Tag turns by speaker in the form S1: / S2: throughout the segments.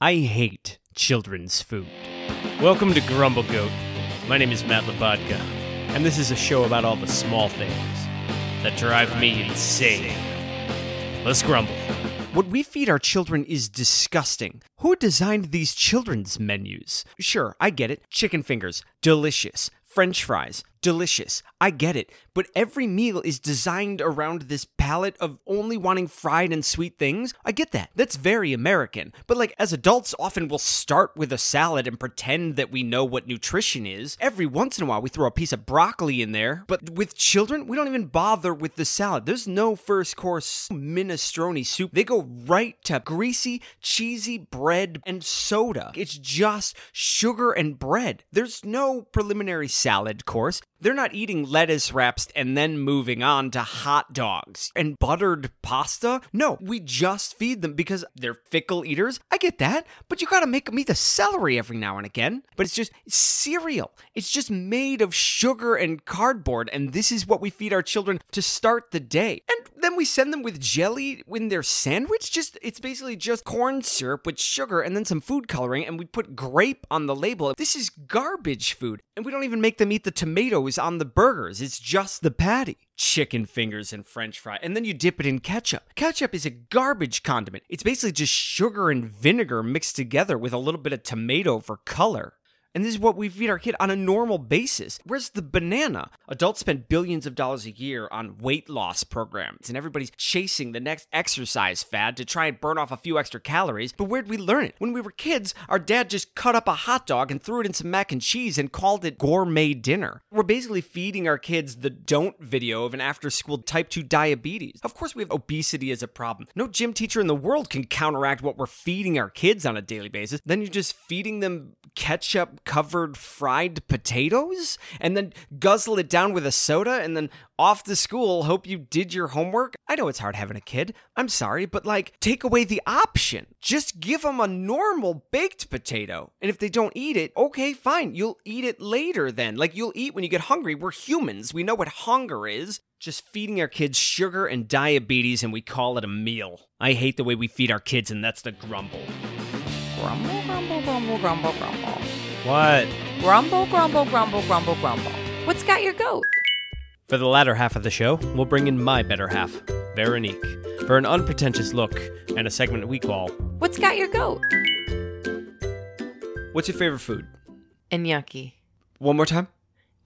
S1: I hate children's food. Welcome to Grumble Goat. My name is Matt Labodka, and this is a show about all the small things that drive me insane. Let's grumble. What we feed our children is disgusting. Who designed these children's menus? Sure, I get it. Chicken fingers, delicious. French fries, delicious. I get it. But every meal is designed around this palette of only wanting fried and sweet things. I get that. That's very American. But like as adults often we'll start with a salad and pretend that we know what nutrition is. Every once in a while we throw a piece of broccoli in there. But with children, we don't even bother with the salad. There's no first course minestrone soup. They go right to greasy, cheesy bread and soda. It's just sugar and bread. There's no preliminary salad course. They're not eating lettuce wraps and then moving on to hot dogs and buttered pasta. No, we just feed them because they're fickle eaters. I get that, but you gotta make them eat the celery every now and again. But it's just cereal. It's just made of sugar and cardboard, and this is what we feed our children to start the day. And then we send them with jelly in their sandwich. Just it's basically just corn syrup with sugar and then some food coloring, and we put grape on the label. This is garbage food, and we don't even make them eat the tomatoes on the burgers. It's just the patty, chicken fingers, and French fry, and then you dip it in ketchup. Ketchup is a garbage condiment. It's basically just sugar and vinegar mixed together with a little bit of tomato for color. And this is what we feed our kid on a normal basis. Where's the banana? Adults spend billions of dollars a year on weight loss programs, and everybody's chasing the next exercise fad to try and burn off a few extra calories. But where'd we learn it? When we were kids, our dad just cut up a hot dog and threw it in some mac and cheese and called it gourmet dinner. We're basically feeding our kids the don't video of an after school type 2 diabetes. Of course, we have obesity as a problem. No gym teacher in the world can counteract what we're feeding our kids on a daily basis. Then you're just feeding them ketchup covered fried potatoes and then guzzle it down with a soda and then off to school hope you did your homework. I know it's hard having a kid. I'm sorry, but like take away the option. Just give them a normal baked potato. And if they don't eat it, okay, fine. You'll eat it later then. Like you'll eat when you get hungry. We're humans. We know what hunger is. Just feeding our kids sugar and diabetes and we call it a meal. I hate the way we feed our kids and that's the grumble.
S2: Grumble, grumble, grumble, grumble, grumble.
S1: What?
S2: Grumble, grumble, grumble, grumble, grumble. What's got your goat?
S1: For the latter half of the show, we'll bring in my better half, Veronique, for an unpretentious look and a segment we call
S2: What's got your goat?
S1: What's your favorite food?
S2: Inyaki.
S1: One more time?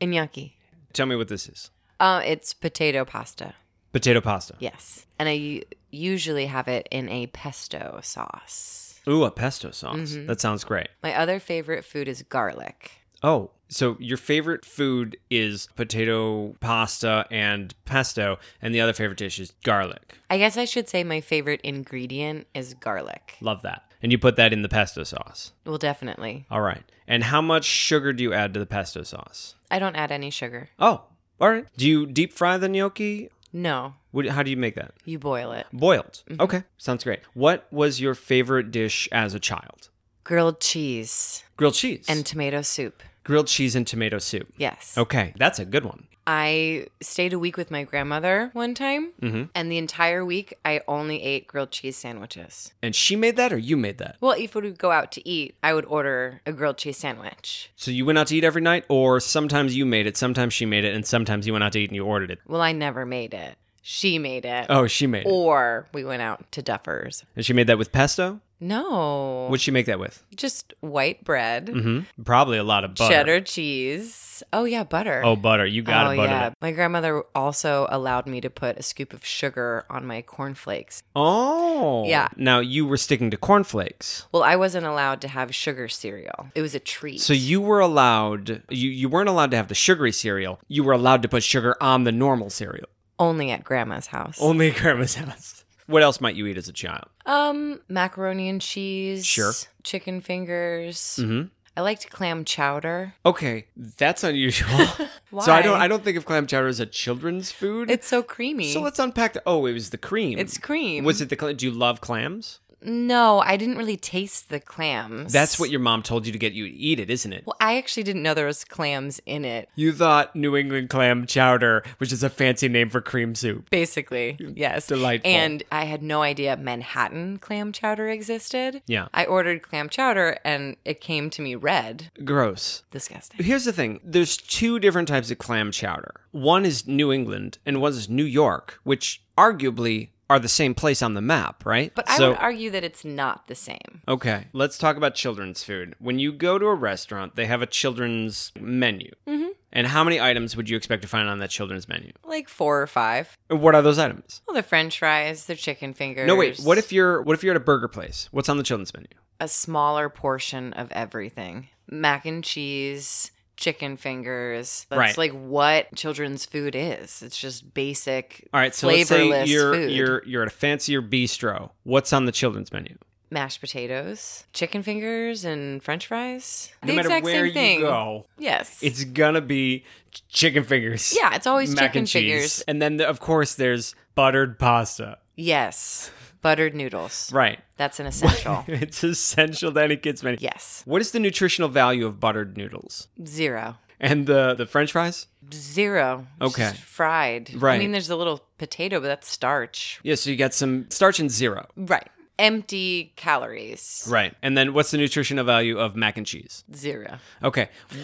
S2: Inyaki.
S1: Tell me what this is.
S2: Uh, it's potato pasta.
S1: Potato pasta.
S2: Yes. And I u- usually have it in a pesto sauce.
S1: Ooh, a pesto sauce. That sounds great.
S2: My other favorite food is garlic.
S1: Oh, so your favorite food is potato pasta and pesto, and the other favorite dish is garlic.
S2: I guess I should say my favorite ingredient is garlic.
S1: Love that. And you put that in the pesto sauce.
S2: Well, definitely.
S1: All right. And how much sugar do you add to the pesto sauce?
S2: I don't add any sugar.
S1: Oh, all right. Do you deep fry the gnocchi?
S2: No,
S1: What, how do you make that?
S2: you boil it.
S1: Boiled.
S2: Mm-hmm.
S1: Okay, sounds great. What was your favorite dish as a child?
S2: Grilled cheese
S1: Grilled cheese
S2: and tomato soup.
S1: grilled cheese and tomato soup.
S2: Yes.
S1: Okay, that's a good one.
S2: I stayed a week with my grandmother one time,
S1: Mm-hmm.
S2: and the entire week I only ate grilled cheese sandwiches.
S1: And she made that, or you made that?
S2: Well, if we would go out to eat, I would order a grilled cheese sandwich.
S1: So you went out to eat every night, or sometimes you made it, sometimes she made it, and sometimes you went out to eat and you ordered it.
S2: Well, I never made it. She made it.
S1: Oh, she made it,
S2: Or we went out to Duffer's.
S1: and she made that with pesto.
S2: No.
S1: What'd she make that with?
S2: just white bread,
S1: Mm-hmm. Probably a lot of butter.
S2: cheddar cheese. Oh, yeah, butter.
S1: Oh, butter. You gotta
S2: Oh,
S1: butter
S2: yeah.
S1: that.
S2: My grandmother also allowed me to put a scoop of sugar on my cornflakes.
S1: Oh,
S2: Yeah.
S1: Now you were sticking to cornflakes.
S2: Well, I wasn't allowed to have sugar cereal. It was a treat.
S1: So you were allowed you, you weren't allowed to have the sugary cereal. You were allowed to put sugar on the normal cereal.
S2: only at grandma's house.
S1: Only at grandma's house. What else might you eat as a child?
S2: Um, macaroni and cheese.
S1: Sure.
S2: Chicken fingers.
S1: Mhm.
S2: I liked clam chowder.
S1: Okay, that's unusual. So I don't
S2: Why?
S1: I don't think of clam chowder as a children's food.
S2: It's so creamy.
S1: so let's unpack the Oh, it was the cream.
S2: It's cream.
S1: Was it the clam? Do you love clams?
S2: No, I didn't really taste the clams.
S1: That's what your mom told you to get you to eat it, isn't it?
S2: Well, I actually didn't know there was clams in it.
S1: You thought New England clam chowder, which is a fancy name for cream soup.
S2: Basically, yes.
S1: Delightful.
S2: And I had no idea Manhattan clam chowder existed.
S1: Yeah.
S2: I ordered clam chowder and it came to me red.
S1: Gross.
S2: Disgusting.
S1: Here's the thing there's two different types of clam chowder. One is New England, and one is New York, which arguably are the same place on the map, right?
S2: But I
S1: So-
S2: would argue that it's not the same.
S1: Okay, let's talk about children's food. When you go to a restaurant, they have a children's menu. Mm-hmm. And how many items would you expect to find on that children's menu?
S2: Like four or five.
S1: And What are those items?
S2: Well, the french fries, the chicken fingers.
S1: No, wait. What if you're what if you're at a burger place? What's on the children's menu?
S2: a smaller portion of everything? Mac and cheese, chicken fingers. That's
S1: Right.
S2: like what children's food is. It's just basic
S1: All right, so let's
S2: flavorless
S1: say you're
S2: food.
S1: you're you're at a fancier bistro. What's on the children's menu?
S2: mashed potatoes, chicken fingers, and french fries.
S1: no
S2: the
S1: matter
S2: exact
S1: where
S2: same thing.
S1: you go,
S2: Yes.
S1: it's gonna be ch- chicken fingers.
S2: yeah, it's always
S1: mac
S2: chicken
S1: and cheese,
S2: fingers.
S1: and then of course there's buttered pasta.
S2: Yes. Buttered noodles.
S1: Right,
S2: That's an essential.
S1: it's essential to any kid's menu.
S2: yes.
S1: What is the nutritional value of buttered noodles?
S2: Zero.
S1: And the the French fries?
S2: Zero.
S1: Okay.
S2: Just fried.
S1: Right.
S2: I mean, there's a little potato, but that's starch.
S1: Yeah, so you got some starch and zero.
S2: Right. Empty calories.
S1: Right. And then what's the nutritional value of mac and cheese?
S2: Zero.
S1: Okay.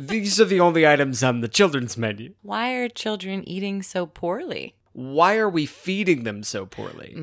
S1: These are the only items on the children's menu.
S2: Why are children eating so poorly?
S1: Why are we feeding them so poorly?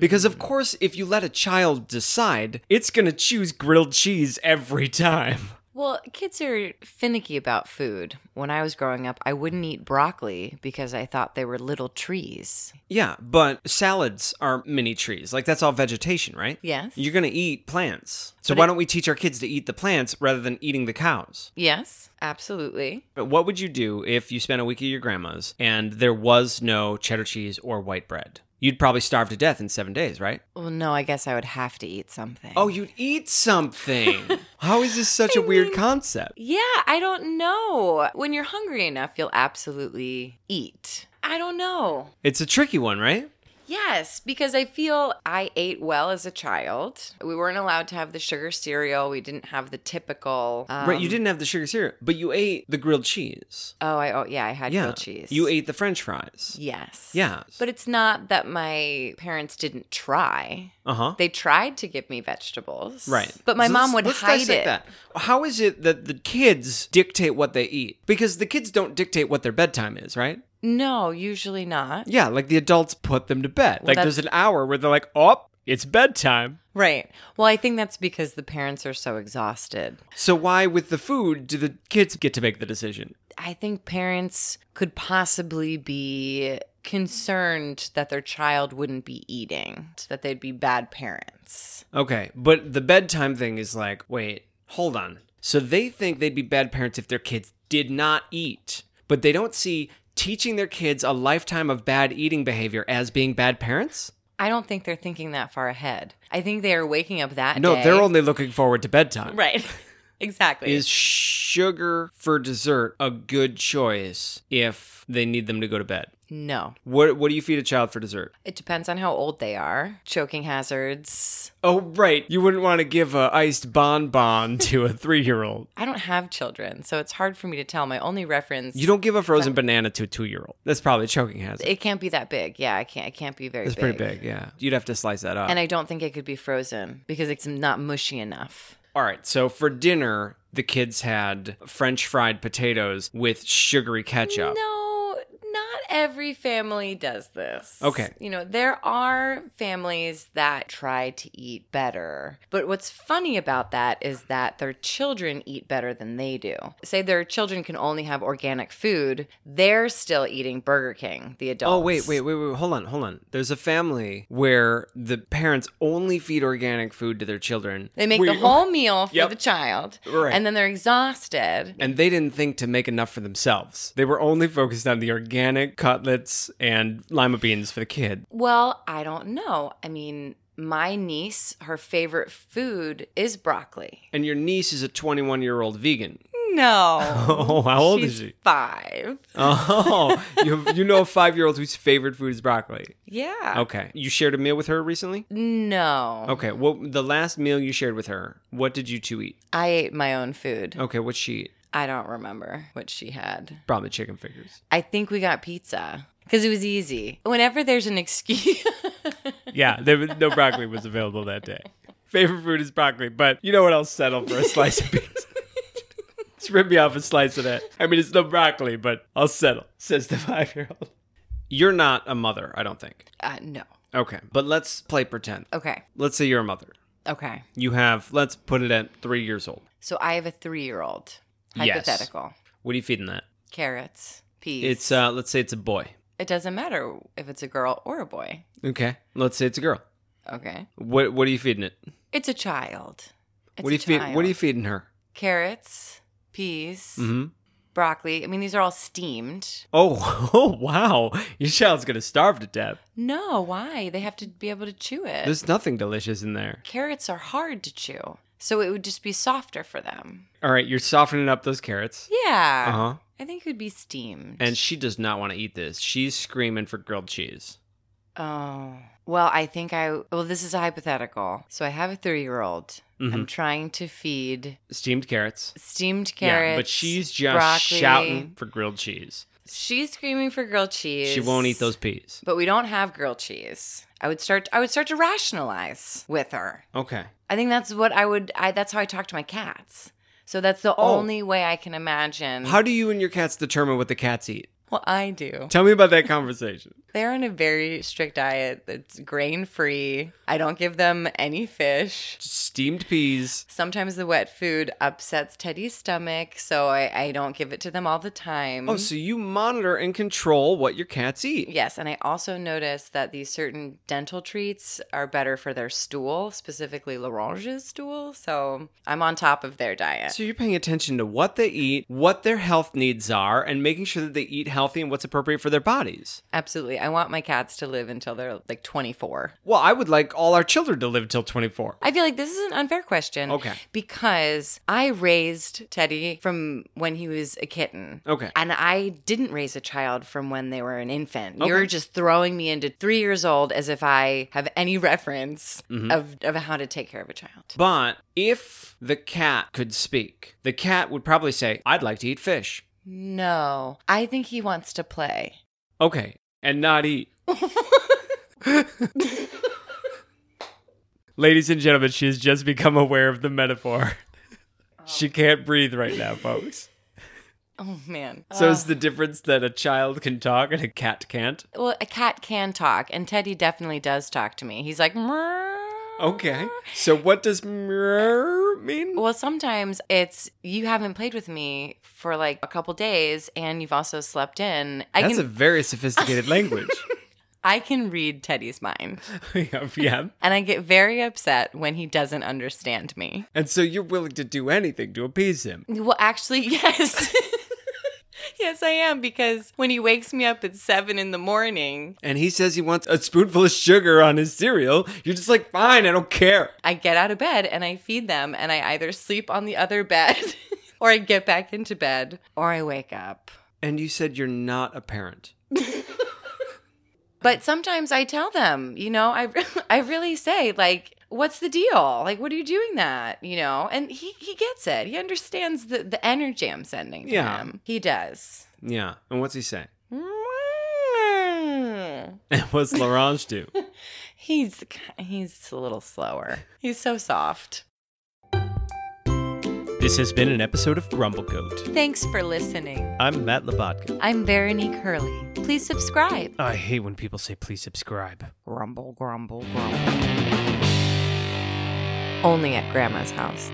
S1: Because of course, if you let a child decide, it's going to choose grilled cheese every time.
S2: Well, kids are finicky about food. When I was growing up, I wouldn't eat broccoli because I thought they were little trees.
S1: Yeah, but salads are mini trees. Like that's all vegetation, right?
S2: Yes.
S1: You're going to eat plants. So why don't we teach our kids to eat the plants rather than eating the cows?
S2: Yes, absolutely.
S1: But what would you do if you spent a week at your grandma's and there was no cheddar cheese or white bread? You'd probably starve to death in seven days, right?
S2: Well, no, I guess I would have to eat something.
S1: Oh, you'd eat something. How is this such a weird concept?
S2: yeah, I don't know. When you're hungry enough, you'll absolutely eat. I don't know.
S1: It's a tricky one, right?
S2: Yes, because I feel I ate well as a child. We weren't allowed to have the sugar cereal. We didn't have the typical. Um,
S1: right, you didn't have the sugar syrup, but you ate the grilled cheese.
S2: Oh, I oh yeah, I had
S1: Yeah.
S2: grilled cheese.
S1: You ate the french fries.
S2: Yes.
S1: Yeah.
S2: But it's not that my parents didn't try.
S1: uh-huh.
S2: They tried to give me vegetables.
S1: Right.
S2: But my
S1: So
S2: mom
S1: let's-
S2: would
S1: let's
S2: hide
S1: dissect
S2: it.
S1: That. How is it that the kids dictate what they eat? Because the kids don't dictate what their bedtime is, right?
S2: No, usually not.
S1: Yeah, like the adults put them to bed. like
S2: that's-
S1: there's an hour where they're like, "Oh, it's bedtime."
S2: Right. Well, I think that's because the parents are so exhausted.
S1: So why with the food do the kids get to make the decision?
S2: I think parents could possibly be concerned that their child wouldn't be eating, that they'd be bad parents.
S1: Okay, but the bedtime thing is like, "Wait, hold on." So they think they'd be bad parents if their kids did not eat, but they don't see teaching their kids a lifetime of bad eating behavior as being bad parents?
S2: I don't think they're thinking that far ahead. I think they are waking up that
S1: No,
S2: day.
S1: they're only looking forward to bedtime.
S2: right. exactly.
S1: Is sugar for dessert a good choice if they need them to go to bed?
S2: no.
S1: What what do you feed a child for dessert?
S2: It depends on how old they are. Choking hazards.
S1: Oh, right. You wouldn't want to give a iced bonbon to a three year old.
S2: I don't have children, so it's hard for me to tell. My only reference
S1: You don't give a frozen banana to a two year old. That's probably a choking hazard.
S2: it can't be that big. Yeah, I can't it can't be very
S1: It's
S2: big.
S1: pretty big, yeah. You'd have to slice that up.
S2: And I don't think it could be frozen because it's not mushy enough.
S1: All right. So for dinner, the kids had French fried potatoes with sugary ketchup.
S2: No, not every family does this.
S1: Okay.
S2: You know, there are families that try to eat better. But what's funny about that is that their children eat better than they do. Say their children can only have organic food, they're still eating Burger King, the adults.
S1: Oh wait, wait, wait, wait! Hold on, hold on. There's a family where the parents only feed organic food to their children.
S2: They make
S1: We-
S2: the whole meal for
S1: Yep.
S2: the child.
S1: Right.
S2: And then they're exhausted.
S1: and they didn't think to make enough for themselves. They were only focused on the organic cutlets and lima beans for the kid.
S2: Well, I don't know. I mean, my niece, her favorite food is broccoli.
S1: and your niece is a 21 year old vegan.
S2: No.
S1: Oh, how old
S2: She's
S1: is she?
S2: Five.
S1: Oh, you, you know a five year old whose favorite food is broccoli.
S2: Yeah.
S1: Okay. Mm-hmm. You shared a meal with her recently?
S2: No.
S1: Okay. Well, the last meal you shared with her, what did you two eat?
S2: I ate my own food.
S1: Okay. What'd she eat?
S2: I don't remember what she had.
S1: Probably chicken fingers.
S2: I think we got pizza because it was easy. Whenever there's an excuse.
S1: Yeah. There was, no broccoli was available that day. Favorite food is broccoli, but you know what? I'll settle for a slice of pizza. Just rip me off a slice of that. I mean, it's no broccoli, but I'll settle, says the five year old. You're not a mother, I don't think.
S2: uh, no.
S1: Okay. But let's play pretend.
S2: Okay.
S1: Let's say you're a mother.
S2: Okay.
S1: You have, let's put it at three years old.
S2: So I have a three year old.
S1: Yes.
S2: Hypothetical.
S1: What are you feeding that?
S2: Carrots, peas.
S1: It's, uh, let's say it's a boy.
S2: it doesn't matter if it's a girl or a boy.
S1: Okay. Let's say it's a girl.
S2: Okay.
S1: What What are you feeding it?
S2: It's a child. It's
S1: what are you
S2: a
S1: feed, What are you
S2: child.
S1: feeding her?
S2: Carrots, peas,
S1: Mm-hmm.
S2: broccoli. I mean, these are all steamed.
S1: Oh, oh, wow! Your child's gonna starve to death.
S2: No, why? They have to be able to chew it.
S1: There's nothing delicious in there.
S2: Carrots are hard to chew, so it would just be softer for them.
S1: All right, you're softening up those carrots.
S2: Yeah.
S1: Uh huh.
S2: I think it would be steamed.
S1: And she does not want to eat this. She's screaming for grilled cheese.
S2: oh. Well, I think I. Well, this is a hypothetical. So I have a three year old.
S1: Mm-hmm.
S2: I'm trying to feed
S1: Steamed carrots.
S2: steamed carrots.
S1: yeah, but she's just
S2: broccoli.
S1: shouting for grilled cheese.
S2: She's screaming for grilled cheese.
S1: She won't eat those peas.
S2: But we don't have grilled cheese. I would start. I would start to rationalize with her.
S1: Okay.
S2: I think that's what I would. I that's how I talk to my cats. So that's the
S1: Oh.
S2: only way I can imagine.
S1: How do you and your cats determine what the cats eat?
S2: well, I do.
S1: Tell me about that conversation.
S2: They're on a very strict diet that's grain free. I don't give them any fish.
S1: Steamed peas.
S2: Sometimes the wet food upsets Teddy's stomach, so I, I don't give it to them all the time.
S1: Oh, so you monitor and control what your cats eat.
S2: Yes, and I also noticed that these certain dental treats are better for their stool, specifically Larange's stool. So I'm on top of their diet.
S1: So you're paying attention to what they eat, what their health needs are, and making sure that they eat healthy and what's appropriate for their bodies.
S2: Absolutely. I want my cats to live until they're like 24.
S1: Well, I would like all our children to live till 24.
S2: I feel like this is an unfair question.
S1: Okay.
S2: Because I raised Teddy from when he was a kitten.
S1: Okay.
S2: And I didn't raise a child from when they were an infant.
S1: Okay.
S2: You're just throwing me into three years old as if I have any reference
S1: Mhm.
S2: of, of how to take care of a child.
S1: But if the cat could speak, the cat would probably say, I'd like to eat fish.
S2: No, I think he wants to play.
S1: Okay. And not eat. Ladies and gentlemen, she has just become aware of the metaphor. she can't breathe right now, folks.
S2: Oh man.
S1: So it's the difference that a child can talk and a cat can't?
S2: well, a cat can talk, and Teddy definitely does talk to me. He's like, "Meow."
S1: Okay. So what does mirror mean?
S2: Well, sometimes it's you haven't played with me for like a couple days, and you've also slept in. I
S1: That's
S2: can
S1: a very sophisticated language.
S2: I can read Teddy's mind,
S1: yeah, yeah.
S2: and I get very upset when he doesn't understand me.
S1: And so you're willing to do anything to appease him.
S2: Well, actually, yes. Yes, I am because when he wakes me up at seven in the morning,
S1: And he says he wants a spoonful of sugar on his cereal. You're just like, fine, I don't care.
S2: I get out of bed and I feed them, and I either sleep on the other bed or I get back into bed or I wake up.
S1: And you said you're not a parent.
S2: But sometimes I tell them, you know, I, I really say, like, what's the deal? Like, what are you doing that? You know, and he, he gets it. He understands the, the energy I'm sending to
S1: Yeah.
S2: him. He does.
S1: Yeah. And what's he saying? And what's Larange do?
S2: He's he's a little slower. He's so soft.
S1: this has been an episode of Grumble Goat.
S2: Thanks for listening.
S1: I'm Matt Labatka.
S2: I'm Veronique Curley. Please subscribe.
S1: I hate when people say please subscribe.
S2: Grumble, grumble, grumble. Only at Grandma's house.